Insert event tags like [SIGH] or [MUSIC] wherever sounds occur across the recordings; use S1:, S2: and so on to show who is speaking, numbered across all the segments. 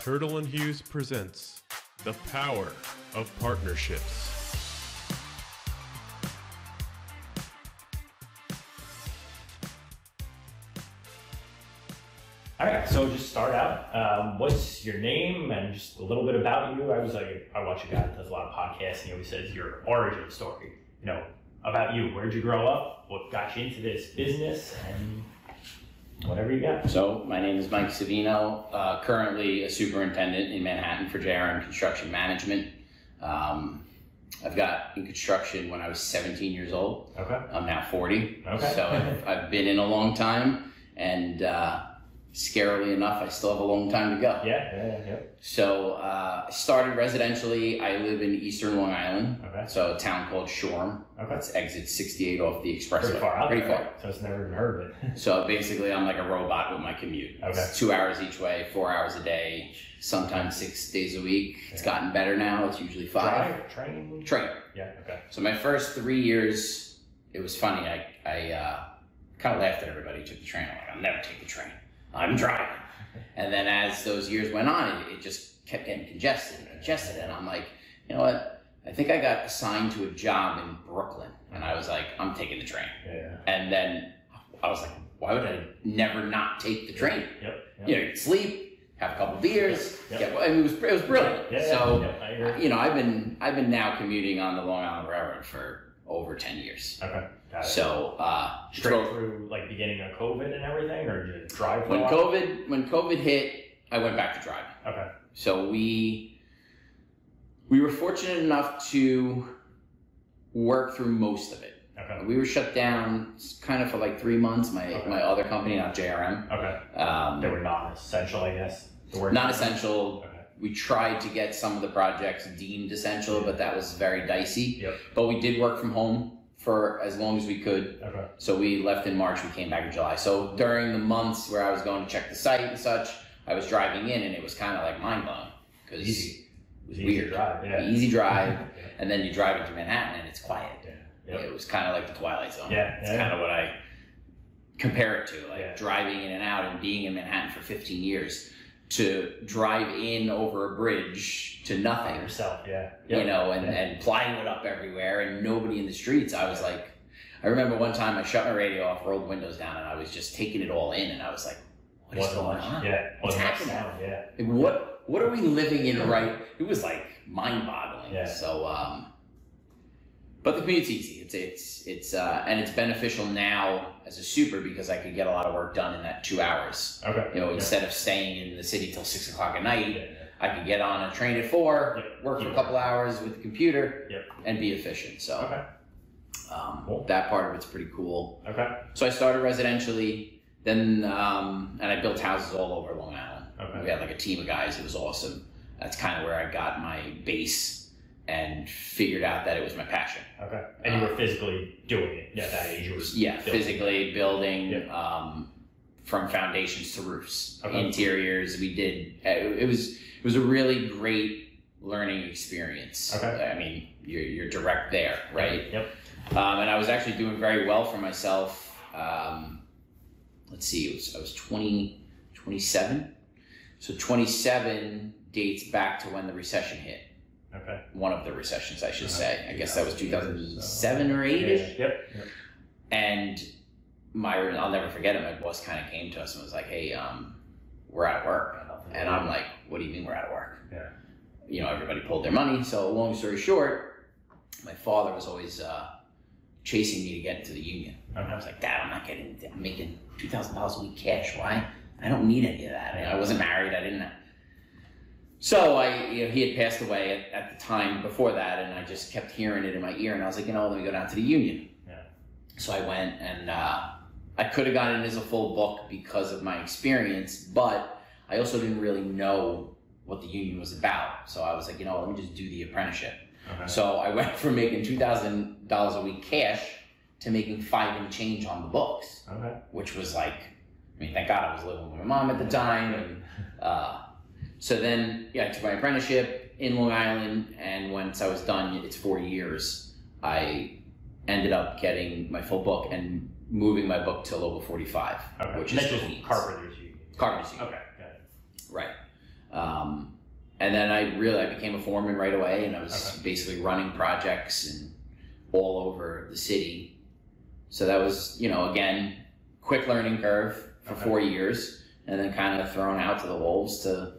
S1: Turtle and Hughes presents The Power of Partnerships.
S2: All right, so just start out. Um, what's your name and just a little bit about you? I was like, I watch a guy that does a lot of podcasts, and he always says your origin story. You know, about you. Where'd you grow up? What got you into this business? And whatever you got.
S3: So, my name is Mike Savino, uh, currently a superintendent in Manhattan for JRM Construction Management. Um, I've got in construction when I was 17 years old.
S2: Okay.
S3: I'm now 40.
S2: Okay.
S3: So, I've, I've been in a long time, and uh, scarily enough, I still have a long time to go.
S2: Yeah. Yeah. Yeah.
S3: So, uh, I started residentially. I live in eastern Long Island,
S2: Okay.
S3: so a town called Shoreham.
S2: Okay.
S3: That's exit 68 off the expressway.
S2: Pretty far out.
S3: Pretty
S2: there,
S3: far.
S2: right? So it's never even heard of it.
S3: So basically, I'm like a robot with my commute.
S2: Okay.
S3: It's two hours each way, four hours a day, sometimes six days a week. It's
S2: Yeah.
S3: gotten better now. It's usually five.
S2: [LAUGHS] Drive, train.
S3: Train.
S2: Yeah. Okay.
S3: So my first three years, it was funny. I, I uh, kind of laughed at everybody who took the train. I'm like, I'll never take the train. I'm driving. and then as those years went on, it, it just kept getting congested and congested. And I'm like, you know what? I think I got assigned to a job in Brooklyn. And I was like, I'm taking the train.
S2: Yeah.
S3: And then I was like, why would I never not take the train?
S2: Yep. yep.
S3: You know, you'd sleep, have a couple beers.
S2: Yep.
S3: Get, I mean, it was it was brilliant.
S2: Yeah, yeah,
S3: so
S2: yeah, I agree.
S3: you know, I've been I've been now commuting on the Long Island Railroad for over ten years.
S2: Okay. Got it.
S3: So uh,
S2: Straight
S3: so
S2: through like beginning of COVID and everything, or did you drive? for a
S3: when
S2: while?
S3: COVID when COVID hit, I went back to driving.
S2: Okay.
S3: So we we were fortunate enough to work through most of it.
S2: Okay.
S3: We were shut down kind of for like three months. My
S2: Okay.
S3: my other company, not JRM.
S2: Okay.
S3: Um,
S2: They were non-essential, I guess. The word
S3: not essential.
S2: Okay.
S3: We tried to get some of the projects deemed essential, but that was very dicey.
S2: Yep.
S3: But we did work from home for as long as we could.
S2: Okay.
S3: So we left in March, we came back in July. So during the months where I was going to check the site and such, I was driving in and it was kind of like mind blowing because
S2: Easy.
S3: it was
S2: Easy
S3: weird.
S2: drive, yeah.
S3: Easy drive.
S2: Yeah.
S3: And then you drive into Manhattan and it's quiet.
S2: Yeah. Yep.
S3: It was kind of like the Twilight Zone.
S2: Yeah.
S3: It's
S2: yeah.
S3: kind of what I compare it to, like
S2: Yeah.
S3: driving in and out and being in Manhattan for 15 years. To drive in over a bridge to
S2: By
S3: nothing,
S2: yourself. Yeah.
S3: you know, and,
S2: Yeah.
S3: and plywood up everywhere and nobody in the streets. I was like, I remember one time I shut my radio off, rolled windows down, and I was just taking it all in. And I was like, what is
S2: Wasn't
S3: going
S2: much-
S3: on?
S2: Yeah.
S3: What's
S2: Wasn't much
S3: happening?
S2: sound, Yeah.
S3: Like, What what are we living in right? It was like mind boggling.
S2: Yeah.
S3: So um but the commute's easy. It's it's it's uh and it's beneficial now as a super because I could get a lot of work done in that two hours.
S2: Okay.
S3: You know,
S2: yeah.
S3: instead of staying in the city till six o'clock at
S2: Yeah,
S3: night,
S2: yeah.
S3: I could get on a train at four,
S2: Yeah.
S3: work for
S2: Yeah.
S3: a couple hours with the computer,
S2: Yeah.
S3: and be efficient. So
S2: Okay.
S3: um,
S2: Cool.
S3: that part of it's pretty cool.
S2: Okay.
S3: So I started residentially, then um, and I built houses all over Long Island.
S2: Okay.
S3: We had like a team of guys. It was awesome. That's kind of where I got my base and figured out that it was my passion.
S2: Okay. And you were physically doing it at that age. You were
S3: Yeah,
S2: building.
S3: physically building
S2: Yeah.
S3: um, from foundations to roofs,
S2: Okay.
S3: interiors. We did. uh, It, it was it was a really great learning experience.
S2: Okay.
S3: I mean, you're you're direct there, right?
S2: Yep.
S3: um, and I was actually doing very well for myself. Um, let's see, it was, I was 20, 27. So 27 dates back to when the recession hit.
S2: Okay.
S3: One of the recessions, I should
S2: Uh-huh.
S3: say. I guess that was 2007 or
S2: Yeah,
S3: 8
S2: yeah. Yep. yep.
S3: And my, I'll never forget it. My boss kind of came to us and was like, hey, um, we're out of work. And I'm like, what do you mean we're out of work?
S2: Yeah.
S3: You know, everybody pulled their money. So, long story short, my father was always uh, chasing me to get into the union. And I was like, Dad, I'm not getting into I'm making $2,000 a week cash. Why? I don't need any of that. I, I wasn't married. I didn't. So, I, you know, he had passed away at, at the time before that, and I just kept hearing it in my ear. And I was like, you know, let me go down to the union.
S2: Yeah.
S3: So, I went and uh, I could have gotten it as a full book because of my experience, but I also didn't really know what the union was about. So I was like, you know, let me just do the apprenticeship.
S2: Okay.
S3: So I went from making $2,000 a week cash to making five and change on the books,
S2: Okay.
S3: which was like, I mean, thank God I was living with my mom at the time. And uh, so then, yeah, I took my apprenticeship in Long Island. And once I was done, it's four years, I ended up getting my full book and moving my book to Local 45,
S2: Okay.
S3: which
S2: And
S3: is
S2: that's just
S3: Queens.
S2: carpenters. You.
S3: Carpenters Union.
S2: Okay. Got it.
S3: Right. Um, and then I really I became a foreman right away, and I was
S2: Okay.
S3: basically running projects and all over the city. So that was you know again quick learning curve for
S2: Okay.
S3: four years, and then kind of thrown out to the wolves to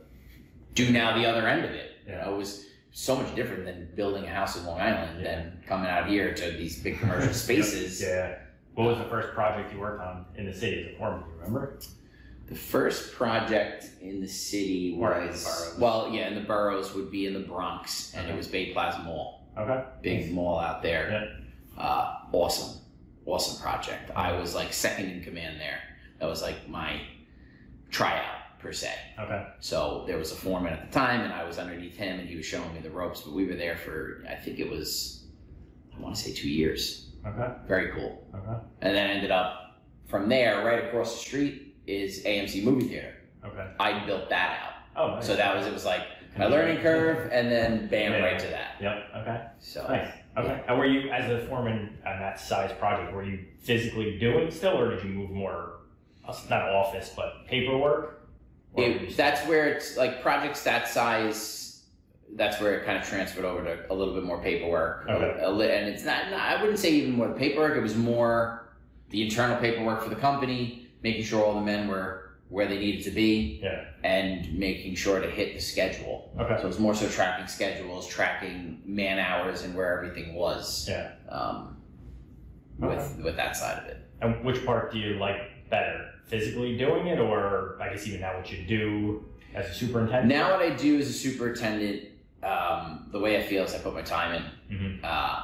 S3: do now the other end of it. You know, it was so much different than building a house in Long Island
S2: Yeah.
S3: than coming out here to these big
S2: [LAUGHS]
S3: commercial spaces.
S2: Yeah. What was the first project you worked on in the city as a foreman? Do you remember?
S3: The first project in the city
S2: Or in the
S3: was
S2: boroughs. Uh-huh.
S3: well, yeah, in the boroughs would be in the Bronx, and it
S2: Okay.
S3: was Bay Plaza Mall,
S2: Okay.
S3: big mall out there. Uh, awesome, awesome project. I was like second in command there. That was like my tryout per se.
S2: Okay.
S3: So there was a foreman at the time, and I was underneath him, and he was showing me the ropes. But we were there for I think it was I want to say two years.
S2: Okay.
S3: Very cool.
S2: Okay.
S3: And then ended up from there, right across the street is AMC Movie Theater.
S2: Okay.
S3: I built that out.
S2: Oh, nice.
S3: So that was it was like my learning curve, and then bam,
S2: Yeah.
S3: right to that.
S2: Yep. Okay.
S3: So
S2: Nice. Okay. And were you, as a foreman on that size project, were you physically doing still, or did you move more, uh, not office, but paperwork? Or were you
S3: it,
S2: still-
S3: that's where it's like projects that size. That's where it kind of transferred over to a little bit more paperwork,
S2: Okay.
S3: A li- and it's not, not. I wouldn't say even more the paperwork. It was more the internal paperwork for the company, making sure all the men were where they needed to be,
S2: Yeah.
S3: and making sure to hit the schedule.
S2: Okay.
S3: So it's more so tracking schedules, tracking man hours, and where everything was.
S2: Yeah.
S3: Um,
S2: Okay.
S3: With with that side of it,
S2: And which part do you like better, physically doing it, or I guess even now what you do as a superintendent?
S3: now what I do as a superintendent, um, the way I feel is I put my time in.
S2: Mhm.
S3: Uh,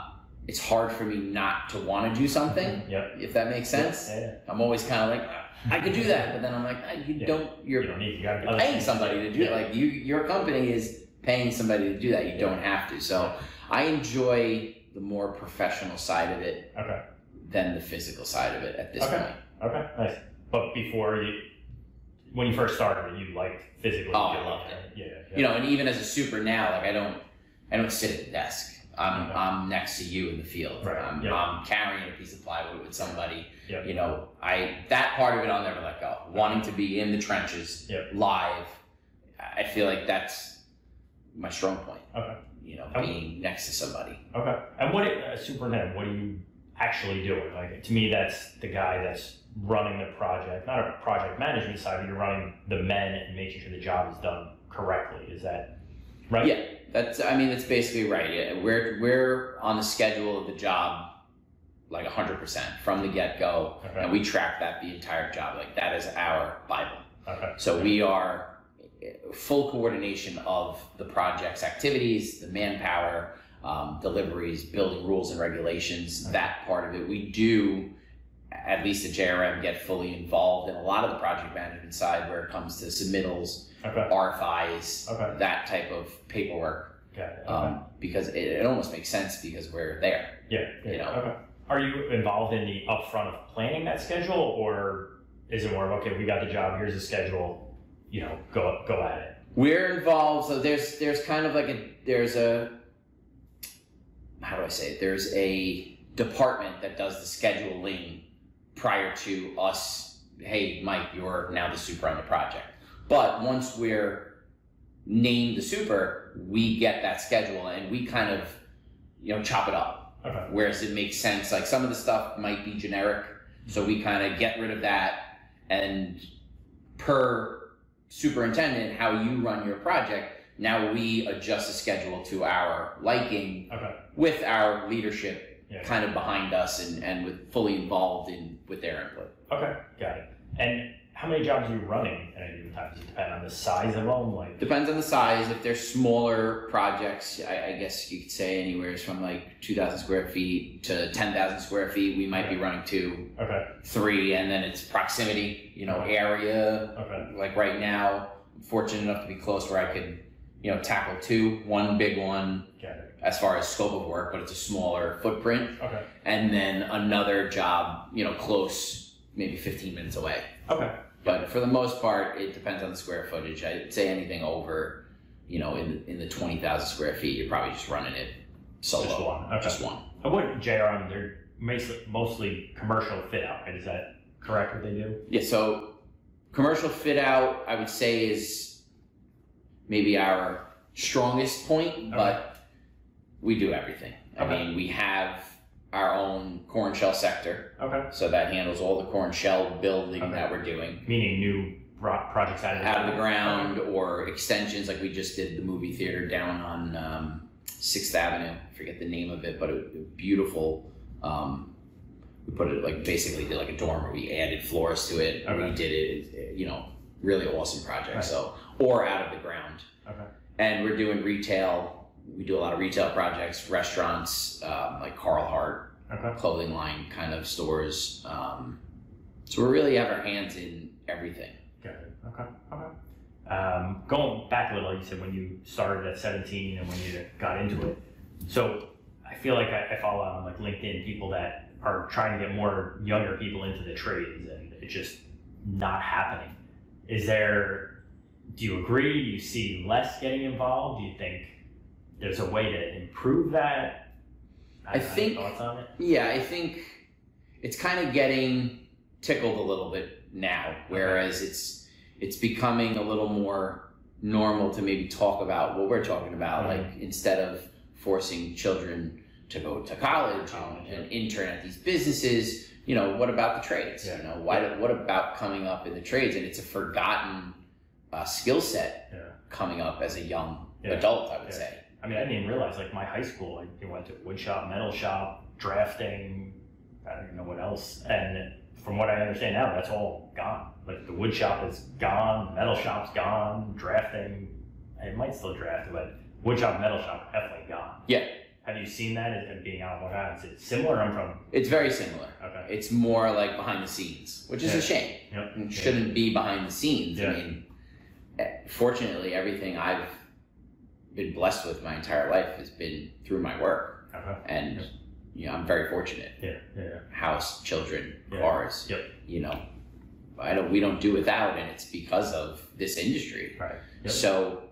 S3: it's hard for me not to want to do something,
S2: Yep.
S3: if that makes sense.
S2: Yeah.
S3: I'm always kind of like, I could do that, but then I'm like, ah, you
S2: Yeah.
S3: don't.
S2: You
S3: You're
S2: don't need. You got
S3: you're
S2: other
S3: paying
S2: things.
S3: somebody to do it.
S2: Yeah.
S3: Like you, your company is paying somebody to do that. You don't have to. So I enjoy the more professional side of it
S2: Okay.
S3: than the physical side of it at this
S2: Okay.
S3: point.
S2: Okay. Nice. But before you, when you first started, you liked physically.
S3: Oh, I
S2: doing
S3: loved
S2: it. Yeah. yeah.
S3: You know, and even as a super now, like I don't, I don't sit at the desk. I'm,
S2: Okay.
S3: I'm next to you in the field.
S2: Right.
S3: I'm,
S2: Yeah.
S3: I'm carrying a piece of plywood with somebody.
S2: Yeah.
S3: You know, I that part of it I'll never let go. Wanting to be in the trenches,
S2: Yeah.
S3: live. I feel like that's my strong point.
S2: Okay.
S3: You know,
S2: Okay.
S3: being next to somebody.
S2: Okay. And what, uh, superintendent, what are you actually doing? Like, to me, that's the guy that's running the project, not a project management side, but you're running the men and making sure the job is done correctly. Is that right?
S3: Yeah, that's. I mean, that's basically right. Yeah, we're we're on the schedule of the job, like hundred percent from the get go,
S2: Okay.
S3: and we track that the entire job. Like that is our bible.
S2: okay.
S3: So we are uh, full coordination of the project's activities, the manpower, um, deliveries, building rules and regulations.
S2: Okay.
S3: That part of it, we do. At least at JRM, get fully involved in a lot of the project management side where it comes to submittals,
S2: Okay.
S3: RFIs,
S2: Okay.
S3: that type of paperwork
S2: Got it. Okay.
S3: um, because it, it almost makes sense because we're there.
S2: yeah. yeah.
S3: you know.
S2: Okay. Are you involved in the upfront of planning that schedule, or is it more of okay, we got the job, here's the schedule, you know, go go at it?
S3: We're involved, so there's there's kind of like a there's a how do I say it? There's a department that does the scheduling prior to us. Hey, Mike, you're now the super on the project. But once we're named the super, we get that schedule and we kind of you know chop it up.
S2: Okay.
S3: whereas it makes sense. Like some of the stuff might be generic, so we kind of get rid of that. And per superintendent, how you run your project, now we adjust the schedule to our liking
S2: Okay.
S3: with our leadership
S2: Yeah.
S3: kind of behind us and, and with fully involved in with their input.
S2: Okay, got it. And how many jobs are you running at any given time? Does it depend on the size of them? Like,
S3: Depends on the size. If they're smaller projects, I, I guess you could say anywhere from like 2,000 square feet to 10,000 square feet, we might be running two.
S2: okay,
S3: three, and then it's proximity, you know,
S2: Okay.
S3: area.
S2: okay,
S3: Like right now, I'm fortunate enough to be close where I could, you know, tackle two, one big one
S2: got it.
S3: as far as scope of work, but it's a smaller footprint,
S2: Okay,
S3: and then another job, you know, close, maybe 15 minutes away.
S2: okay,
S3: But for the most part, it depends on the square footage. I'd say anything over, you know, in in the 20,000 square feet, you're probably just running it solo,
S2: just one. Okay.
S3: just one.
S2: And what JRM? They're mostly, mostly commercial fit out, right? Is that correct? What they do?
S3: Yeah, so commercial fit out, I would say, is maybe our strongest point, but we do everything. I
S2: Okay.
S3: mean, we have our own corn shell sector,
S2: Okay.
S3: so that handles all the corn shell building
S2: Okay.
S3: that we're doing
S2: Meaning new ro- projects out of the
S3: out of the ground or extensions, like we just did the movie theater down on um, Sixth Avenue. I forget the name of it, but it, it beautiful. Um, we put it like basically did like a dorm where we added floors to it. and We
S2: Okay.
S3: did it, it- you know, really awesome project.
S2: Right.
S3: So or out of the ground.
S2: Okay.
S3: And we're doing retail. We do a lot of retail projects, restaurants, um, like Carl Hart,
S2: Okay.
S3: clothing line kind of stores. Um, so we really have our hands in everything.
S2: Got it. Okay. Okay. Um, going back a little, you said when you started at 17 and when you got into it. So I feel like I, I follow on like LinkedIn people that are trying to get more younger people into the trades, and it's just not happening. Is there? Do you agree? Do you see less getting involved? Do you think there's a way to improve that?
S3: I think-
S2: thoughts on it.
S3: Yeah, I think it's kind of getting tickled a little bit now, whereas it's it's becoming a little more normal to maybe talk about what we're talking about,
S2: Mhm.
S3: like instead of forcing children to go to college and, and intern at these businesses. You know, what about the trades?
S2: Yeah.
S3: You know, why? do- What about coming up in the trades? And it's a forgotten uh, skill set
S2: Yeah.
S3: coming up as a young
S2: Yeah.
S3: adult, I would
S2: Yeah.
S3: say.
S2: I mean, I didn't even realize like my high school. I I went to wood shop, metal shop, drafting. I don't even know what else. And from what I understand now, that's all gone. Like the wood shop is gone, the metal shop's gone, drafting. It might still draft, but wood shop, metal shop, definitely gone.
S3: Yeah.
S2: Have you seen that? As it being out of Long Island, is it similar? I'm from.
S3: It's very similar.
S2: Okay.
S3: It's more like behind the scenes, which is
S2: Yeah.
S3: a shame.
S2: Yep.
S3: It shouldn't be behind the scenes.
S2: Mm-hmm. Yeah.
S3: I mean, eh, fortunately, everything I've been blessed with my entire life has been through my work,
S2: Okay.
S3: and
S2: Yeah.
S3: you know, I'm very fortunate.
S2: Yeah. Yeah.
S3: House, children,
S2: Yeah.
S3: cars.
S2: Yep.
S3: You know, I don't. We don't do without, and it's because of this industry.
S2: Right. Yep.
S3: So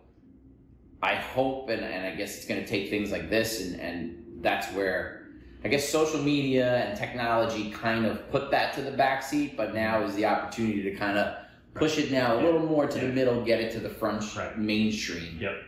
S3: I hope, and, and I guess it's going to take things like this, and, and that's where I guess social media and technology kind of put that to the back seat, but now is the opportunity to kind of push it now a
S2: Yeah.
S3: little more to
S2: Yeah.
S3: the middle, get it to the front sh-
S2: Right.
S3: mainstream.
S2: Yep.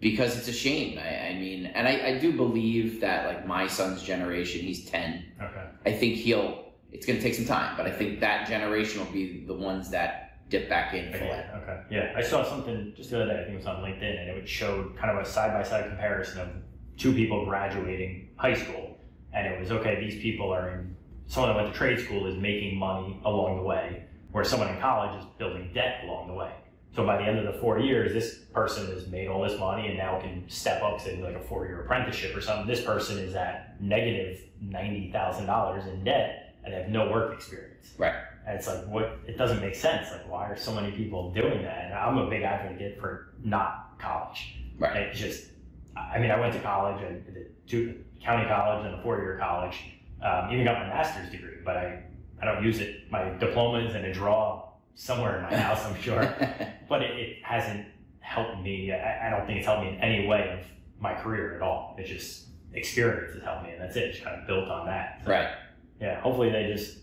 S3: Because it's a shame. I, I mean, and I, I do believe that, like, my son's generation, he's 10,
S2: Okay.
S3: I think he'll. It's going to take some time, but I think that generation will be the ones that dip back in for [LAUGHS] that.
S2: Yeah, okay. Yeah, I saw something just the other day. I think it was on LinkedIn, and it would show kind of a side by side comparison of two people graduating high school, and it was okay. These people are in. Someone that went to trade school is making money along the way, where someone in college is building debt along the way. So by the end of the four years, this person has made all this money and now can step up to like a four year apprenticeship or something. This person is at negative ninety thousand dollars in debt and they have no work experience.
S3: Right.
S2: And it's like what it doesn't make sense. Like why are so many people doing that? And I'm a big advocate for not college.
S3: Right.
S2: It just, I mean, I went to college and did two county college and a four year college. Um, even got my master's degree, but I I don't use it. My diploma is in a drawer somewhere in my house, I'm sure
S3: [LAUGHS]
S2: but it, it hasn't helped me. I, I don't think it's helped me in any way of my career at all. It's just experience has helped me, and that's it. Just kind of built on that. So,
S3: right.
S2: Yeah. Hopefully they just,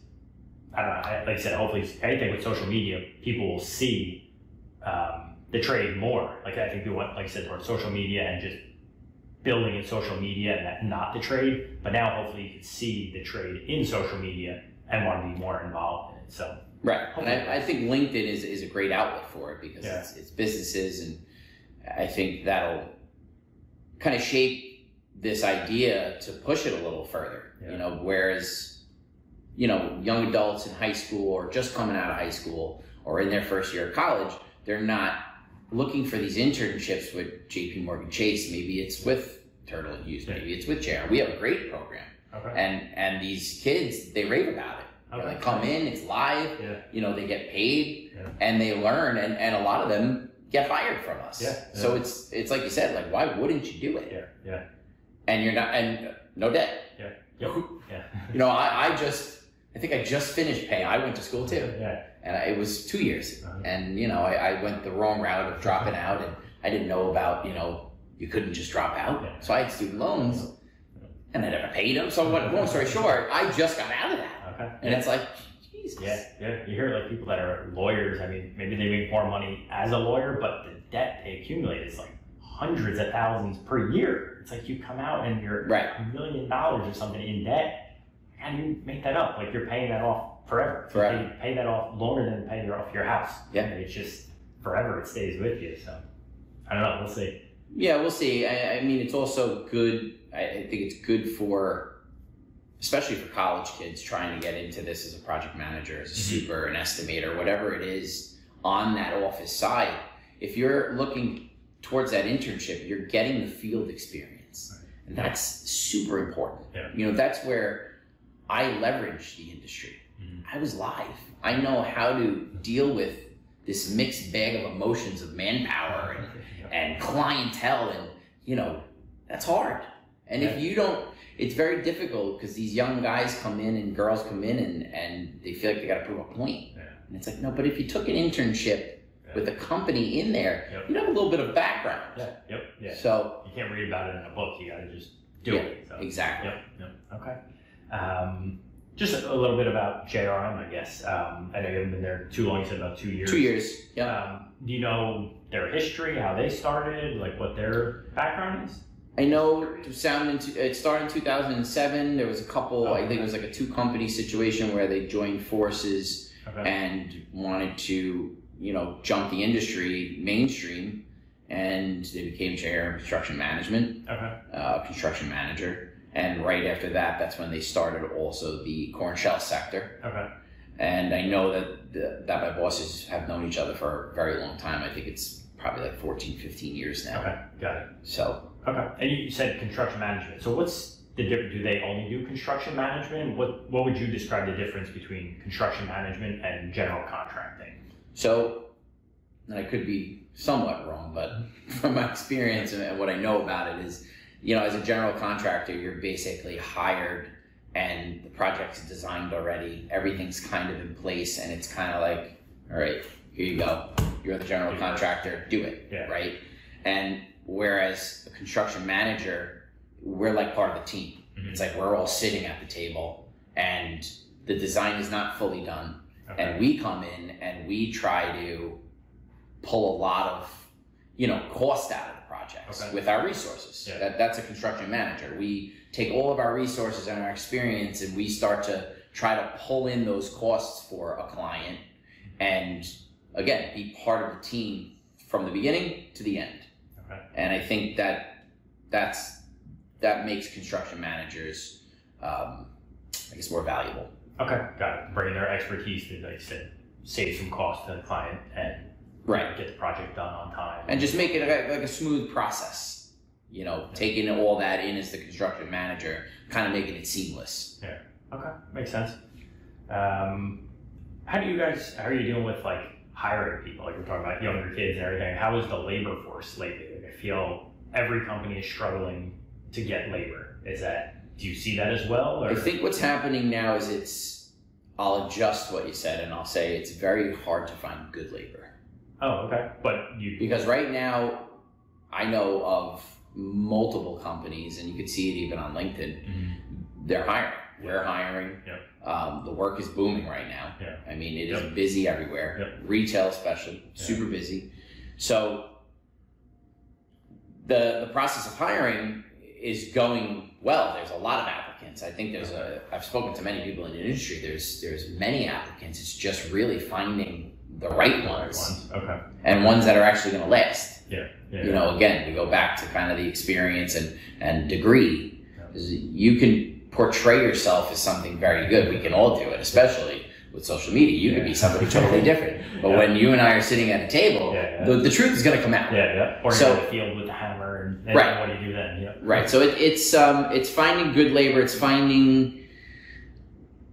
S2: I don't know. I- Like I said, hopefully anything with social media, people will see um, the trade more. Like I think they went, like I said, towards social media and just building in social media and that not the trade. But now hopefully you can see the trade in social media and want to be more involved in it. So
S3: Right. And
S2: Hopefully.
S3: I, I think LinkedIn is, is a great outlet for it because
S2: Yeah.
S3: it's, it's businesses, and I think that'll kind of shape this idea to push it a little further.
S2: Yeah.
S3: You know, whereas, you know, young adults in high school or just coming out of high school or in their first year of college, they're not looking for these internships with JP Morgan Chase. Maybe it's with Turtle and Hughes,
S2: Yeah.
S3: maybe it's with JR. We have a great program.
S2: okay.
S3: And and these kids, they rave about it.
S2: Okay.
S3: They come in, it's live
S2: Yeah.
S3: you know they get paid
S2: Yeah.
S3: and they learn and, and a lot of them get fired from us
S2: Yeah,
S3: so
S2: yeah.
S3: it's it's like you said like why wouldn't you do it
S2: Yeah. Yeah.
S3: and you're not and no debt
S2: Yep. Yeah.
S3: you know I, I just i think i just finished pay i went to school too
S2: [LAUGHS] Yeah.
S3: and I, it was two years
S2: Uh-huh.
S3: and you know I, I went the wrong route of dropping out and i didn't know about you know you couldn't just drop out
S2: Yeah.
S3: so i had student loans and i never paid them so what long story short i just got out of that
S2: Okay.
S3: and it's like Jesus.
S2: Yeah, yeah. You hear like people that are lawyers. I mean, maybe they make more money as a lawyer, but the debt they accumulate is like hundreds of thousands per year. It's like you come out and you're
S3: Right.
S2: a million dollars or something in debt. How do you make that up? Like you're paying that off forever.
S3: Forever.
S2: You pay that off longer than paying off your house.
S3: Yeah.
S2: And it's just forever. It stays with you. So I don't know. We'll
S3: [LAUGHS]
S2: see.
S3: Yeah, we'll see. I, I mean, it's also good. I, I think it's good for, especially for college kids trying to get into this as a project manager, as a
S2: Mhm.
S3: super, an estimator, whatever it is on that office side. If you're looking towards that internship, you're getting the field experience, and that's super important.
S2: Yeah.
S3: You know, that's where I leverage the industry.
S2: Mhm.
S3: I was live. I know how to deal with this mixed bag of emotions of manpower and and clientele and you know that's hard and if you don't it's very difficult because these young guys come in and girls come in and, and they feel like they got to prove a point
S2: Yeah.
S3: and it's like no but if you took an internship
S2: Yeah.
S3: with a company in there
S2: Yep.
S3: you'd have a little bit of background
S2: Yeah. Yep. Yeah.
S3: so
S2: You can't read about it in a book. You got to just do
S3: Yeah,
S2: it. So.
S3: exactly
S2: Yep, yep. Okay. Um, just a, a little bit about JRM, I guess. Um, I know you haven't been there too long. You said about two years.
S3: two years yeah
S2: Um, do you know their history, how they started, like what their background is?
S3: I know to sound into, it started in 2007. There was a couple, I think it was like a two company situation where they joined forces
S2: Okay.
S3: and wanted to, you know, jump the industry mainstream. And they became chair of construction management,
S2: Okay.
S3: uh, construction manager. And right after that, that's when they started also the corn shell sector.
S2: Okay.
S3: And I know that the, that my bosses have known each other for a very long time. I think it's probably like 14, 15 years now.
S2: Okay. Got it.
S3: So
S2: Okay. And you said construction management. So what's the difference? Do they only do construction management? What What would you describe the difference between construction management and general contracting?
S3: So, and I could be somewhat wrong, but [LAUGHS] from my experience and what I know about it is, you know, as a general contractor, you're basically hired and the project's designed already. Everything's kind of in place and it's kind of like, all right, here you go. You're the general contractor, do it,
S2: Yeah.
S3: right? And whereas a construction manager, we're like part of the team.
S2: Mhm.
S3: It's like we're all sitting at the table and the design is not fully done
S2: Okay.
S3: and we come in and we try to pull a lot of you know cost out of the projects
S2: Okay.
S3: with our resources
S2: Yeah.
S3: that, that's a construction manager we take all of our resources and our experience and we start to try to pull in those costs for a client and again be part of the team from the beginning to the end
S2: Okay.
S3: and i think that that's that makes construction managers um, i guess more valuable
S2: Okay, got it. Bring their expertise to, like you said, save some cost to the client and get the project done on time.
S3: and just make it like, like a smooth process. You know, taking all that in as the construction manager, kind of making it seamless.
S2: okay, makes sense. Um, how do you guys? How are you dealing with like hiring people? Like we're talking about younger kids and everything. How is the labor force lately? Like I feel every company is struggling to get labor. Is that? Do you see that as well? Or
S3: I think what's happening now is it's. I'll adjust what you said, and I'll say it's very hard to find good labor
S2: oh, okay, but you
S3: because right now, I know of multiple companies, and you can see it even on LinkedIn. They're hiring. We're hiring.
S2: Yeah.
S3: Um, the work is booming right now.
S2: Yeah.
S3: I mean, it is
S2: Yep.
S3: busy everywhere.
S2: Yep.
S3: Retail, especially, super busy. So the the process of hiring is going well. There's a lot of applicants. I think there's a. I've spoken to many people in the industry. There's there's many applicants. It's just really finding the right ones
S2: ones. Okay.
S3: and ones that are actually going to last
S2: Yeah. Yeah.
S3: you know again we go back to kind of the experience and and degree
S2: Yeah.
S3: Is you can portray yourself as something very good we can all do it especially with social media you could be somebody
S2: [LAUGHS]
S3: totally different but
S2: Yeah.
S3: when you and i are sitting at a table
S2: Yeah, yeah.
S3: The, the truth is going to come out
S2: Yeah, yeah. Or
S3: So-
S2: you're in the field with the hammer, and, and
S3: Right.
S2: what do you do then? Yeah.
S3: right so it, it's um it's finding good labor it's finding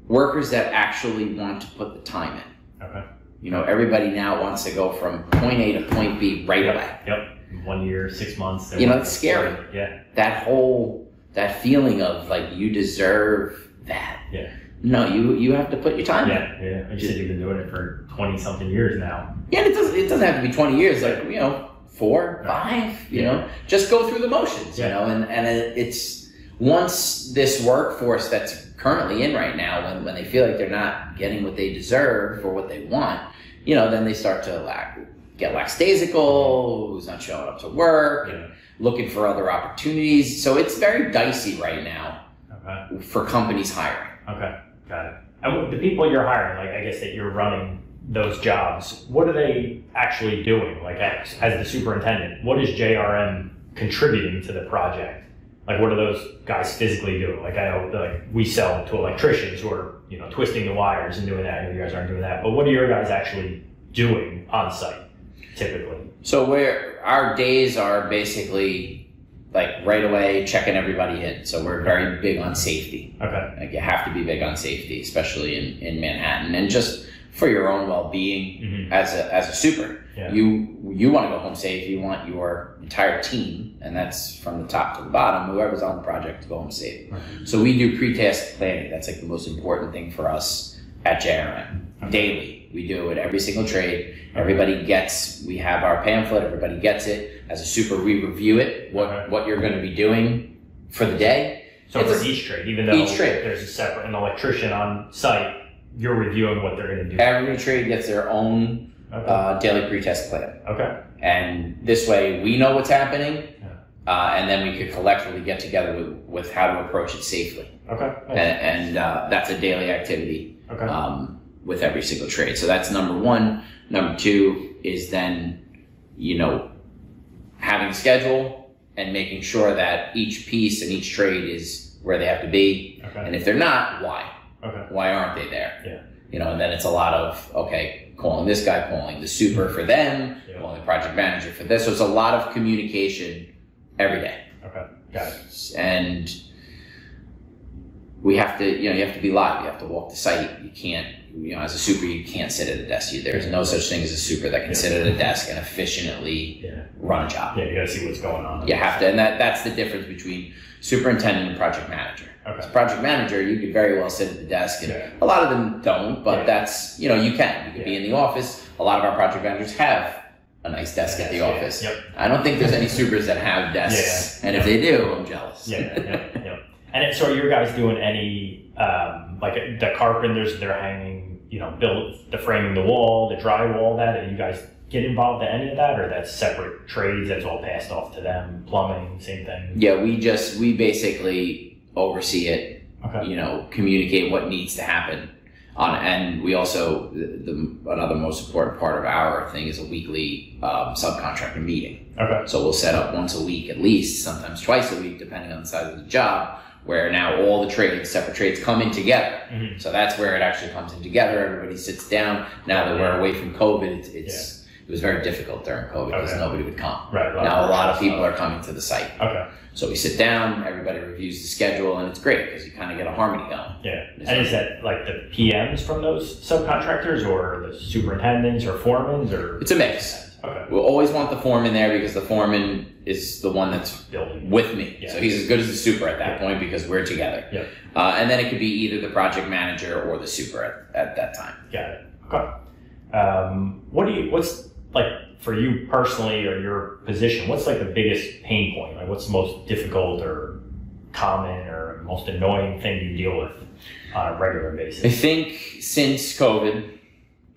S3: workers that actually want to put the time in
S2: Okay.
S3: you know everybody now wants to go from point a to point b right away
S2: Yep. One year, six months. they
S3: You know,
S2: want
S3: it's
S2: to start.
S3: scary.
S2: Yeah.
S3: that whole that feeling of like you deserve that.
S2: Yeah.
S3: No, you you have to put your time. in.
S2: Yeah. Yeah. Like you said, you've been doing it for 20 something years now.
S3: Yeah. and It doesn't it doesn't have to be twenty years. Like you know, four, five. You
S2: Yeah.
S3: know, just go through the motions.
S2: Yeah.
S3: You know, and and it- it's once this workforce that's currently in right now, when, when they feel like they're not getting what they deserve or what they want, you know, then they start to lack, get lackadaisical, who's not showing up to work,
S2: Yeah.
S3: looking for other opportunities. So it's very dicey right now
S2: Okay.
S3: for companies hiring.
S2: Okay. Got it. And what- the people you're hiring, like I guess that you're running those jobs, what are they actually doing? Like as, as the superintendent, what is JRM contributing to the project? Like what are those guys physically doing? Like I know like we sell to electricians who are you know twisting the wires and doing that. I know you guys aren't doing that, but what are your guys actually doing on site typically?
S3: So where our days are basically like right away checking everybody in. So we're very big on safety.
S2: Okay.
S3: Like you have to be big on safety, especially in, in Manhattan, and just for your own well being
S2: Mm-hmm.
S3: as a as a super.
S2: Yeah.
S3: You you want to go home safe. You want your entire team, and that's from the top to the bottom, whoever's on the project, to go home safe.
S2: Right.
S3: So we do pre-task planning. That's like the most important thing for us at JRM daily. We do it every single trade. Everybody gets, we have our pamphlet, everybody gets it. As a super, we review it, what, what you're going to be doing for the day.
S2: So for
S3: It's-
S2: each trade, even though
S3: each trade.
S2: there's a separate an electrician on site, you're reviewing what they're going to do.
S3: Every trade gets their own
S2: Okay.
S3: uh, daily pretest plan.
S2: okay.
S3: And this way, we know what's happening, uh, and then we could collectively get together with, with how to approach it safely.
S2: Okay.
S3: And, and uh, that's a daily activity
S2: Okay.
S3: um, with every single trade. So that's number one. Number two is then, you know, having a schedule and making sure that each piece and each trade is where they have to be.
S2: okay.
S3: And if they're not, why?
S2: Okay.
S3: Why aren't they there?
S2: Yeah.
S3: You know, and then it's a lot of, okay, calling this guy, calling the super for them,
S2: Yeah.
S3: calling the project manager for this. So it's a lot of communication every day
S2: Okay. Got it.
S3: and we have to you know you have to be live you have to walk the site you can't you know as a super you can't sit at a desk You- there's no such thing as a super that can sit at a desk and efficiently
S2: Yeah.
S3: run a job
S2: Yeah. You got to see what's going on.
S3: you have to and that that's the difference between superintendent and project manager as
S2: Okay.
S3: a project manager you could very well sit at the desk and
S2: Yeah.
S3: a lot of them don't but
S2: Yeah.
S3: that's you know you can you could be in the office a lot of our project managers have a nice desk at the
S2: Yeah,
S3: office
S2: Yep.
S3: i don't think there's any supers that have desks and if
S2: Yeah.
S3: they do i'm jealous
S2: Yeah. Yeah. yeah. And it, so, are your guys doing any um, like the carpenters? They're hanging, you know, build the framing the wall, the drywall. That are you guys get involved in any of that, or that's separate trades? That's all passed off to them. Plumbing, same thing.
S3: Yeah, we just we basically oversee it.
S2: Okay.
S3: You know, communicate what needs to happen. On and we also the, the another most important part of our thing is a weekly um, subcontractor meeting.
S2: Okay.
S3: So we'll set up once a week at least, sometimes twice a week, depending on the size of the job. Where now all the trades, separate trades, come in together.
S2: Mhm.
S3: So that's where it actually comes in together. Everybody sits down. Now that we're away from COVID, it's, it's it was very difficult during COVID because
S2: Okay. Oh,
S3: nobody would come.
S2: Right.
S3: Now a lot of people are coming to the site.
S2: Okay.
S3: So we sit down, everybody reviews the schedule, and it's great because you kind of get a harmony going.
S2: Yeah. And is that like the PMs from those subcontractors, or the superintendents, or foremans, or
S3: It's a mix.
S2: okay,
S3: We'll always want the foreman there because the foreman is the one that's
S2: building?
S3: with me.
S2: Yeah.
S3: So he's as good as the super at that point because we're together.
S2: Yeah.
S3: Uh, and then it could be either the project manager or the super at, at that time.
S2: Got it. Okay. Um, what do you? What's like for you personally or your position? What's like the biggest pain point? Like, what's the most difficult or common or most annoying thing you deal with on a regular
S3: I [LAUGHS]
S2: basis?
S3: think since COVID,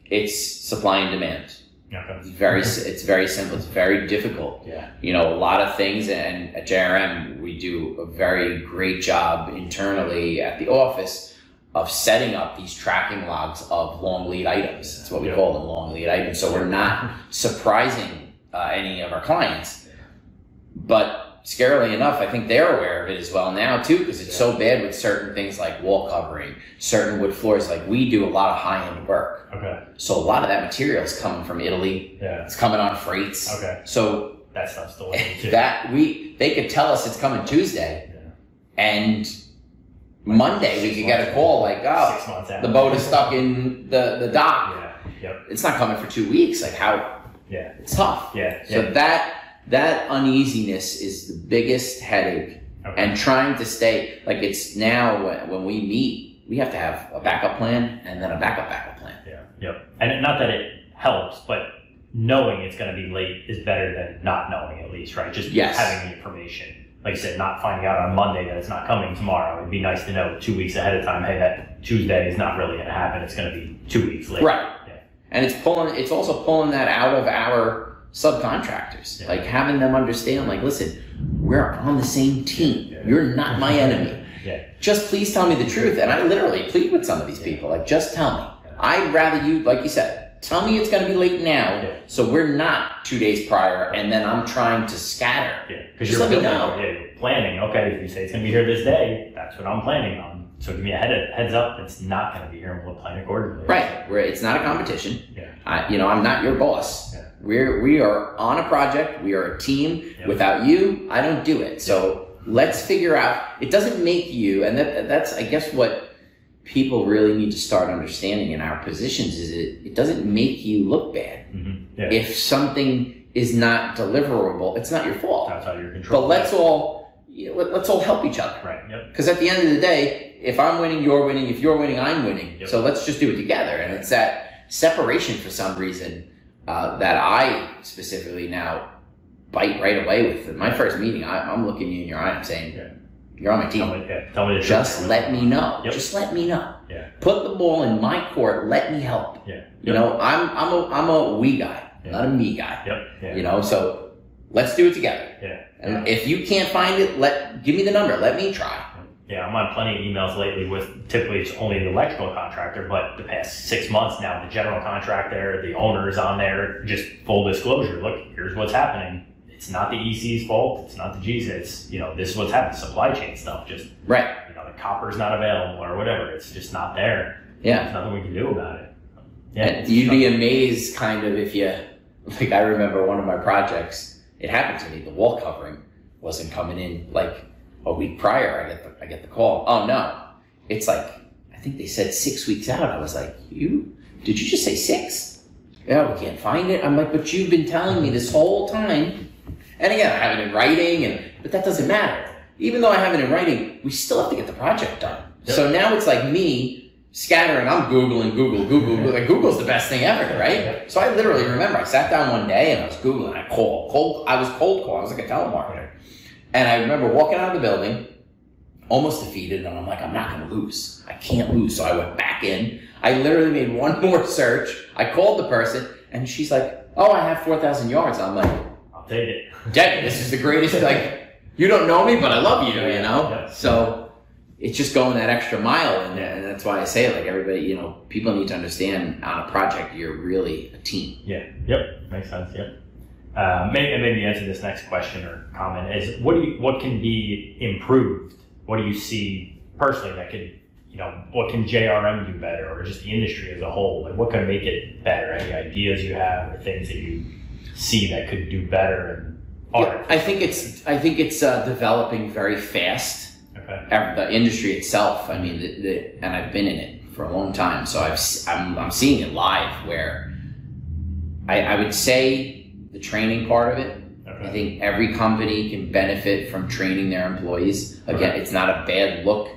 S3: it's supply and demand.
S2: Okay.
S3: It's very, it's very simple. It's very difficult.
S2: Yeah.
S3: you know a lot of things and at JRM we do a very great job internally at the office of setting up these tracking logs of long lead items that's what we
S2: Yeah.
S3: call them long lead items so we're
S2: [LAUGHS]
S3: not surprising uh, any of our clients but scarily enough i think they're aware of it as well now too because it's so bad with certain things like wall covering certain wood floors like we do a lot of high-end work
S2: Okay.
S3: so a lot of that material is coming from italy
S2: Yeah.
S3: it's coming on freights
S2: Okay.
S3: so
S2: That stuff's delayed too.
S3: [LAUGHS] that we they could tell us it's coming Tuesday, and Monday we could get a call like,
S2: yeah.
S3: "Oh,
S2: Six months out.
S3: the boat is stuck in the the dock.
S2: Yeah. Yep.
S3: It's not coming for two weeks. Like how?
S2: Yeah.
S3: it's tough.
S2: Yeah.
S3: So that that uneasiness is the biggest headache,
S2: yeah. Okay.
S3: and trying to stay like it's now when, when we meet, we have to have a backup plan and then a backup backup plan.
S2: Yeah. Yep. And it- not that it helps, but knowing it's going to be late is better than not knowing at least, right? Just
S3: Yes.
S2: having the information. like you said, not finding out on Monday that it's not coming tomorrow. It'd be nice to know two weeks ahead of time. Hey, that Tuesday is not really going to happen. It's going to be two weeks later.
S3: Right.
S2: Yeah.
S3: And it's pulling. It's also pulling that out of our subcontractors.
S2: Yeah.
S3: Like having them understand. Like, listen, we're on the same team.
S2: Yeah.
S3: You're not my enemy.
S2: Yeah.
S3: Just please tell me the truth. And I literally plead with some of these
S2: Yeah.
S3: people. Like, just tell me.
S2: Yeah.
S3: I'd rather you, like you said, tell me it's going to be late now,
S2: Yeah.
S3: so we're not two days prior, and then I'm trying to scatter.
S2: Yeah,
S3: Just
S2: because you're
S3: let me
S2: building,
S3: know.
S2: yeah, you're planning. Okay, if you say it's gonna be here this day, that's what I'm planning on. So give me a head heads up. It's not gonna be here, and we'll plan accordingly.
S3: Right, where it's not a competition.
S2: Yeah.
S3: I, you know, I'm not your boss.
S2: Yeah.
S3: We're we are on a project. We are a team.
S2: Yeah.
S3: Without you, I don't do it. So let's figure out. It doesn't make you, and that that's I guess what people really need to start understanding in our positions is it it doesn't make you look bad
S2: hmm Yeah.
S3: if something is not deliverable. It's not your fault.
S2: That's out of your control.
S3: But let's all you know, let- let's all help each other.
S2: Right. Yep.
S3: Because at the end of the day, if I'm winning, you're winning. If you're winning, I'm winning.
S2: Yep.
S3: So let's just do it together. And it's that separation for some reason uh, that I specifically now bite right away with. In my first meeting, I, I'm looking you in your eye. I'm saying,
S2: Yeah.
S3: "You're on my
S2: Tell
S3: team.
S2: me, yeah, tell me the
S3: Just
S2: truth.
S3: let me know.
S2: Yep.
S3: Just let me know.
S2: Yeah.
S3: Put the ball in my court. Let me help.
S2: Yeah.
S3: You know, I'm I'm a I'm a we guy,
S2: Yeah.
S3: not a me guy.
S2: Yep. Yeah.
S3: You know, so let's do it together.
S2: Yeah.
S3: And if you can't find it, let give me the number. Let me try.
S2: Yeah, I'm on plenty of emails lately with typically it's only the electrical contractor, but the past six months now, the general contractor, the owner is on there. Just full disclosure. Look, here's what's happening. It's not the EC's fault. It's not the G's. It's you know this is what's happening. Supply chain stuff. Just
S3: Right.
S2: you know the copper's not available or whatever. It's just not there.
S3: Yeah.
S2: There's nothing we can do about it. Yeah,
S3: And you'd be amazed, kind of, if you like. I remember one of my projects. It happened to me. The wall covering wasn't coming in like a week prior. I get the I get the call. Oh no, it's like I think they said six weeks out. I was like, you did you just say six? Yeah, we can't find it. I'm like, but you've been telling me this whole time. And again, I have it in writing, and but that doesn't matter. Even though I have it in writing, we still have to get the project done.
S2: Yep.
S3: So now it's like me scattering. I'm googling, Google, Google, Google. Like Google's the best thing ever, right? So I literally remember I sat down one day and I was googling. I called, cold. I was cold call. I was like a telemarketer, and I remember walking out of the building almost defeated, and I'm like, I'm not gonna lose. I can't lose. So I went back in. I literally made one [LAUGHS] more search. I called the person, and she's like, Oh, I have 4,000 yards. I'm like,
S2: I'll take it.
S3: Debbie, this is the greatest. Like, you don't know me, but I love you, you know?
S2: Yeah.
S3: So it's just going that extra mile, and, and that's why I say, like, everybody, you know, people need to understand on a project, you're really a team.
S2: Yeah. Yep. Makes sense. Yep. Uh, may, and maybe answer this next question or comment is what do you, what can be improved? What do you see personally that could you know what can JRM do better or just the industry as a whole? Like what can make it better? Any ideas you have or things that you see that could do better and
S3: Yeah,
S2: are
S3: I think it's, I think it's uh, developing very fast.
S2: okay.
S3: ev- the industry itself. I mean, the, the, and I've been in it for a long time, so I've s- I'm, I'm seeing it live. Where I, I would say the training part of it. I
S2: Okay.
S3: think every company can benefit from training their employees. Again,
S2: Okay.
S3: it's not a bad look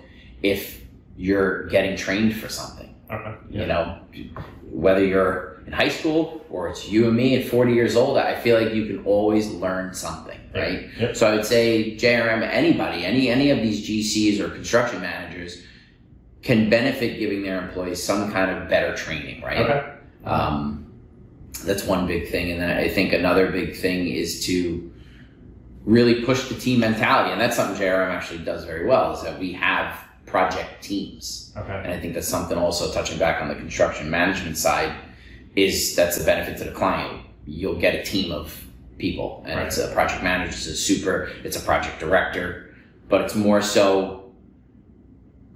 S3: if you're getting trained for something.
S2: Okay.
S3: You
S2: Yeah.
S3: know, whether you're in high school or it's you and me at 40 years old, I feel like you can always learn something,
S2: Yeah.
S3: right?
S2: Yep.
S3: So I would say JRM, anybody, any any of these GCs or construction managers can benefit giving their employees some kind of better training, right?
S2: Okay.
S3: Um, that's one big thing, and then I think another big thing is to really push the team mentality, and that's something JRM actually does very well. Is that we have project teams.
S2: Okay.
S3: And I think that's something also touching back on the construction management side is that's a benefit to the client. You'll get a team of people and it's a project manager, it's a super, it's a project director, but it's more so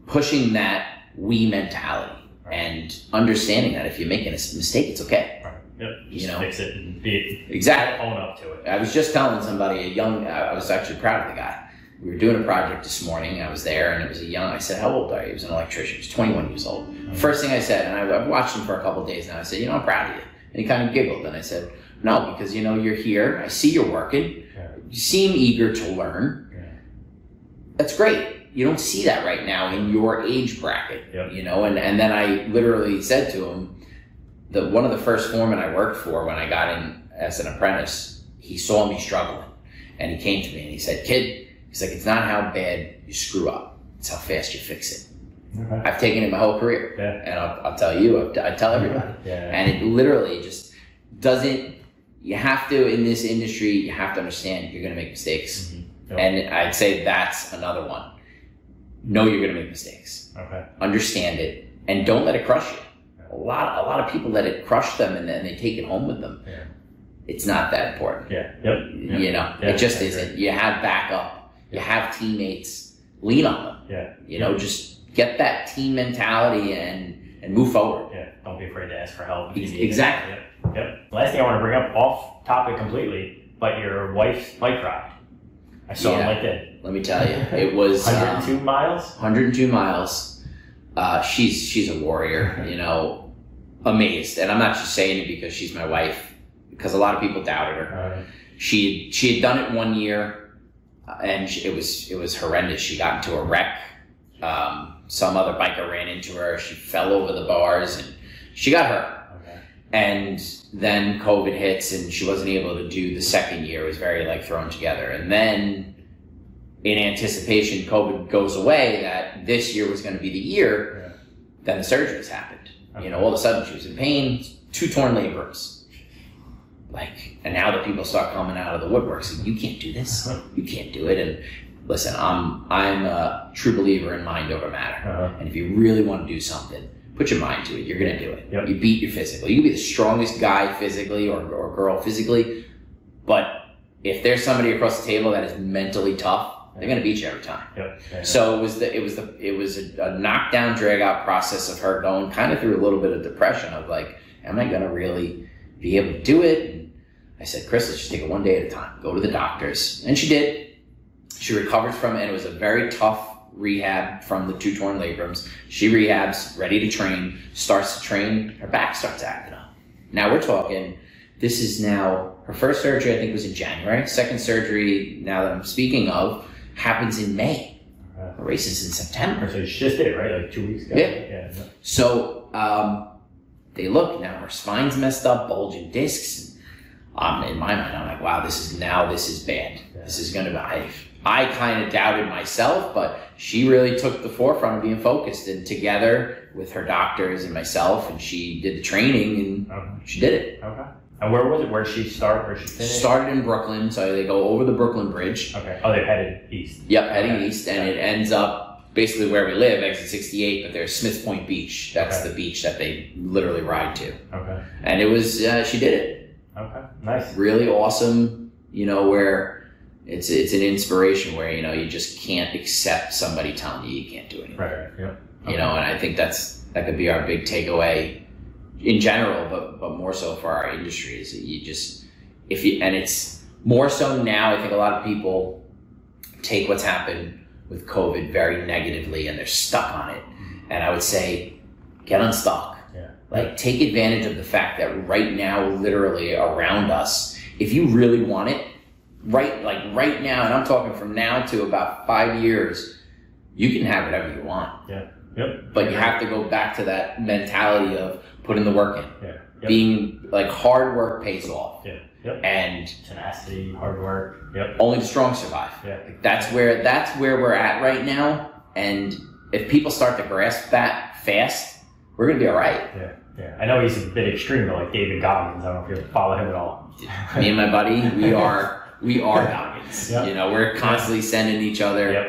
S3: pushing that we mentality
S2: Right.
S3: and understanding that if you're making a s- mistake, it's okay.
S2: Right. Yep.
S3: you
S2: Just
S3: know.
S2: fix it and be
S3: Exactly.
S2: own up to it.
S3: I was just telling somebody, a young, I was actually proud of the guy. We were doing a project this morning. I was there, and it was a young. I said, "How old are you?" He was an electrician. He was 21 years old. First thing I said, and I, I've watched him for a couple of days now. I said, "You know, I'm proud of you." And he kind of giggled, and I said, "No, because you know you're here. I see you're working.
S2: Yeah.
S3: You seem eager to learn.
S2: Yeah.
S3: That's great. You don't see that right now in your age bracket,
S2: Yeah.
S3: you know." And and then I literally said to him, the one of the first foremen I worked for when I got in as an apprentice, he saw me struggling, and he came to me and he said, "Kid, He's like, it's not how bad you screw up; it's how fast you fix it.
S2: Okay.
S3: I've taken it my whole career,
S2: Yeah.
S3: and I'll, I'll tell you, I've, I tell everybody,
S2: Yeah.
S3: and it literally just doesn't. You have to in this industry. You have to understand you're going to make mistakes,
S2: Mhm.
S3: and I'd say that's another one. Know you're going to make mistakes.
S2: Okay.
S3: Understand it, and don't let it crush you. A lot, a lot of people let it crush them, and then they take it home with them.
S2: Yeah.
S3: It's not that important
S2: Yeah. Yep. Yeah.
S3: you know
S2: Yeah,
S3: it just
S2: I agree.
S3: isn't you have backup you
S2: Yeah.
S3: have teammates lean on them
S2: Yeah.
S3: you know just get that team mentality and and move forward
S2: Yeah, don't be afraid to ask for help. if you
S3: Ex-
S2: need it.
S3: exactly.
S2: Yep. yep. Last thing I want to bring up, off topic completely, but your wife's bike ride. I saw
S3: Yeah.
S2: it like that.
S3: let me tell you it
S2: [LAUGHS]
S3: was um,
S2: 102 miles.
S3: 102 miles uh, she's she's a
S2: [LAUGHS]
S3: warrior you know amazed and i'm not just saying it because she's my wife because a lot of people doubted her
S2: Uh,
S3: she had, she had done it one year, uh, and she, it was it was horrendous. She got into a wreck. Um, some other biker ran into her. She fell over the bars, and she got hurt.
S2: okay.
S3: And then COVID hits, and she wasn't able to do the second year. It was very like thrown together. And then, in anticipation, COVID goes away. That this year was going to be the year.
S2: Yeah.
S3: Then the surgeries happened. You know, all of a sudden she was in pain, two torn labrums. Like, and now the people start coming out of the woodwork saying, "You can't do this. You can't do it." And listen, I'm I'm a true believer in mind over matter.
S2: Uh,
S3: And if you really want to do something, put your mind to it. You're gonna do it.
S2: Yep.
S3: You beat your physical. You can be the strongest guy physically or, or girl physically, but if there's somebody across the table that is mentally tough, they're gonna beat you every time.
S2: yep. Yeah.
S3: So it was the it was the it was a, a knockdown drag out process of her going kind of through a little bit of depression of like, am I gonna really be able to do it? And I said, Chris, let's just take it one day at a time. Go to the doctors, and she did. She recovered from it. It was a very tough rehab from the two torn labrums. She rehabs, ready to train, starts to train. Her back starts acting up. Now we're talking. This is now her first surgery. I think was in January. Second surgery, now that I'm speaking of, happens in May the race is in September.
S2: Or so she just did it, right? Like two weeks ago.
S3: Yeah.
S2: Yeah.
S3: So um, they look now. Her spine's messed up, bulging discs. Um, in my mind, I'm like, wow, this is now this is bad. This is gonna. be- I I kind of doubted myself, but she really took the forefront of being focused, and together with her doctors and myself, and she did the training and
S2: Um,
S3: she did it.
S2: okay. And where was it? Where did she start? Where did she finish?
S3: Started in Brooklyn, so they go over the Brooklyn Bridge.
S2: Okay. Oh, they headed east.
S3: Yep, heading
S2: Okay.
S3: east, and it ends up basically where we live, exit 68, but there's Smith Point Beach. That's
S2: Okay.
S3: the beach that they literally ride to.
S2: Okay.
S3: And it was, uh, she did it.
S2: Okay. Nice.
S3: Really awesome, you know, where it's it's an inspiration where, you know, you just can't accept somebody telling you you can't do anything.
S2: Right. Right. Yep.
S3: You know, and I think that's that could be our big takeaway in general, but but more so for our industry is that you just if you and it's more so now. I think a lot of people take what's happened with COVID very negatively and they're stuck on it. And I would say, get unstuck.
S2: Yeah.
S3: Like take advantage of the fact that right now, literally around us, if you really want it, right like right now, and I'm talking from now to about five years, you can have whatever you want.
S2: Yep.
S3: But you have to go back to that mentality of putting the work in.
S2: Yeah. Yep.
S3: Being like hard work pays off.
S2: Yeah. Yep.
S3: And
S2: Tenacity, hard work. Yep.
S3: only the strong survive.
S2: Yeah.
S3: Like, that's where that's where we're at right now. And if people start to grasp that fast, we're gonna be alright.
S2: Yeah. I know he's a bit extreme, but like David Goggins, I don't know if you follow him at all.
S3: Me and my buddy,
S2: [LAUGHS]
S3: we are we are Goggins.
S2: Yeah.
S3: You know, we're constantly sending each other
S2: Yep.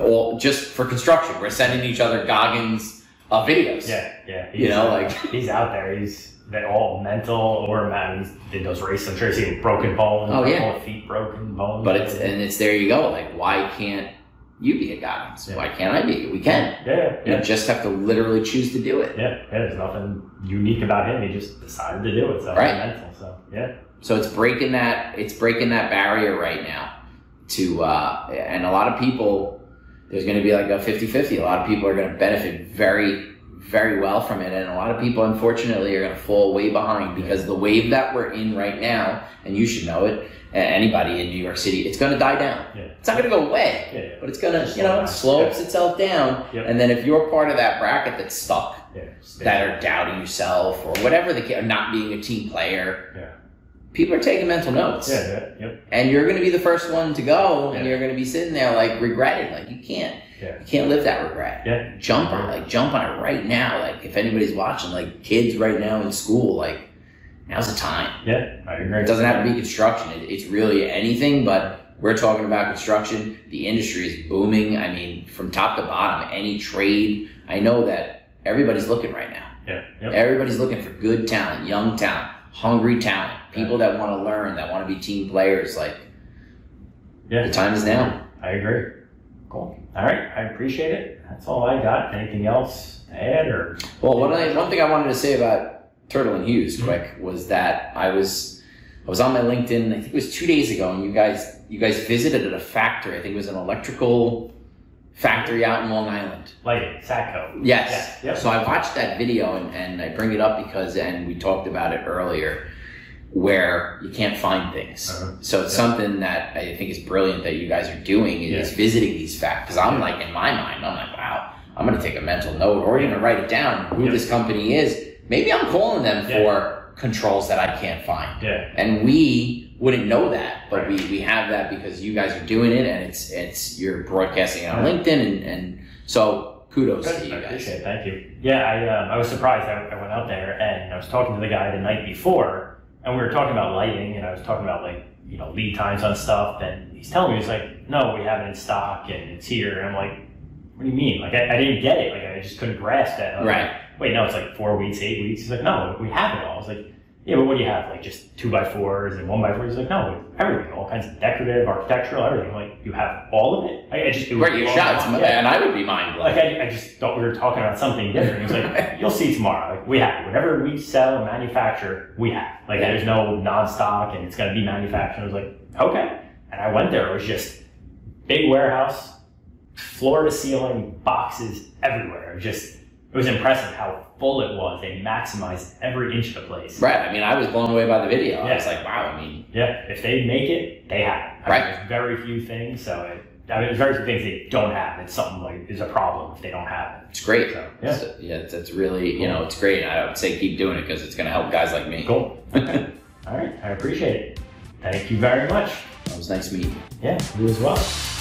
S3: all just for construction, we're sending each other Goggins uh, videos.
S2: Yeah, yeah.
S3: You know, like
S2: he's out there. He's they're all mental or man. He's did those races. I'm sure he's seen broken bones.
S3: Oh, yeah.
S2: all feet broken bones.
S3: But it's and it's there you go. Like why can't you be a Goggins?
S2: Yeah.
S3: Why can't I be? We can.
S2: yeah,
S3: You
S2: yeah,
S3: just have to literally choose to do it.
S2: yeah, yeah. There's nothing unique about him. He just decided to do it. So
S3: Right.
S2: mental. So yeah,
S3: So it's breaking that it's breaking that barrier right now. To uh, and a lot of people, there's going to be like a 50-50. A lot of people are going to benefit very very well from it, and a lot of people unfortunately are going to fall way behind because the wave that we're in right now, and you should know it. a- Anybody in New York City, it's going to die down.
S2: Yeah.
S3: It's not going to go away.
S2: yeah, yeah.
S3: but it's gonna you know it slopes itself down
S2: Yep.
S3: and then if you're part of that bracket that's stuck
S2: yeah.
S3: that are doubting yourself or whatever the ca- not being a team player
S2: Yeah.
S3: people are taking mental notes.
S2: Yeah, yeah, yep.
S3: And you're going to be the first one to go, and
S2: Yeah.
S3: you're going to be sitting there like regretting, like you can't,
S2: Yeah.
S3: you can't live that regret.
S2: Yeah.
S3: Jump on, it, like jump on it right now. Like if anybody's watching, like kids right now in school, like now's the time.
S2: Yeah, I agree.
S3: It doesn't have to be construction. It, it's really anything, but we're talking about construction. The industry is booming. I mean, from top to bottom, any trade. I know that everybody's looking right now.
S2: Yeah, yep.
S3: Everybody's looking for good talent, young talent, hungry talent, people that want to learn, that want to be team players. Like the
S2: yeah.
S3: time is now.
S2: I agree.
S3: Cool.
S2: All right, I appreciate it. That's all I got. Anything else to add or?
S3: Well, one I, one thing I wanted to say about Turtle and Hughes,
S2: Mm-hmm.
S3: quick, was that I was I was on my LinkedIn. I think it was two days ago, and you guys you guys visited at a factory. I think it was an electrical factory out in Long Island.
S2: Lighting, Satco.
S3: Yes.
S2: Yeah, yeah.
S3: So I watched that video and, and I bring it up because, and we talked about it earlier, where you can't find things.
S2: Uh-huh.
S3: So it's
S2: Yeah.
S3: something that I think is brilliant that you guys are doing is
S2: Yeah.
S3: visiting these facts. Because I'm like, in my mind, I'm like, wow, I'm going to take a mental note or even write it down who
S2: Yeah.
S3: this company is. Maybe I'm calling them
S2: Yeah.
S3: for controls that I can't find
S2: Yeah,
S3: and we wouldn't know that but we, we have that because you guys are doing it and it's it's you're broadcasting it on linkedin and, and so kudos
S2: good.
S3: to
S2: I
S3: you guys
S2: appreciate it. Thank you. Yeah, I, um, I was surprised. I, I went out there and I was talking to the guy the night before, and we were talking about lighting, and I was talking about like you know lead times on stuff, and he's telling me he's like, no, we have it in stock and it's here, and I'm like, what do you mean? Like I, I didn't get it. Like I just couldn't grasp that. I'm like,
S3: right
S2: wait, no, it's like four weeks, eight weeks. He's like, no, we have it all. I was like, yeah, but what do you have? Like just two by fours and one by fours. He's like, no, everything, all kinds of decorative, architectural, everything. I'm like, you have all of it? I, I just it was
S3: right your
S2: blown
S3: shots
S2: away. Yeah.
S3: and i would be mind blown
S2: Like I, I just thought we were talking about something different. He's
S3: [LAUGHS]
S2: like, you'll see tomorrow. Like we have it. whatever we sell and manufacture, we have. Like
S3: Yeah.
S2: there's no non-stock and it's gonna be manufactured. I was like, okay. And I went there. It was just big warehouse, floor to ceiling, boxes everywhere. It was just it was impressive how full it was. They maximized every inch of the place.
S3: right i mean i was blown away by the video i
S2: Yeah.
S3: was like wow i mean
S2: Yeah, if they make it, they have it. I mean,
S3: Right.
S2: there's very few things. So it, I mean, there's very few things they don't have. It's something like is a problem if they don't have it.
S3: it's great
S2: So yeah.
S3: It's- yeah it's, it's really you know it's great i would say keep doing it because it's going to help guys like me
S2: Cool. [LAUGHS] Okay. All right. I appreciate it. Thank you very much.
S3: it was nice meeting you
S2: Yeah, you as well.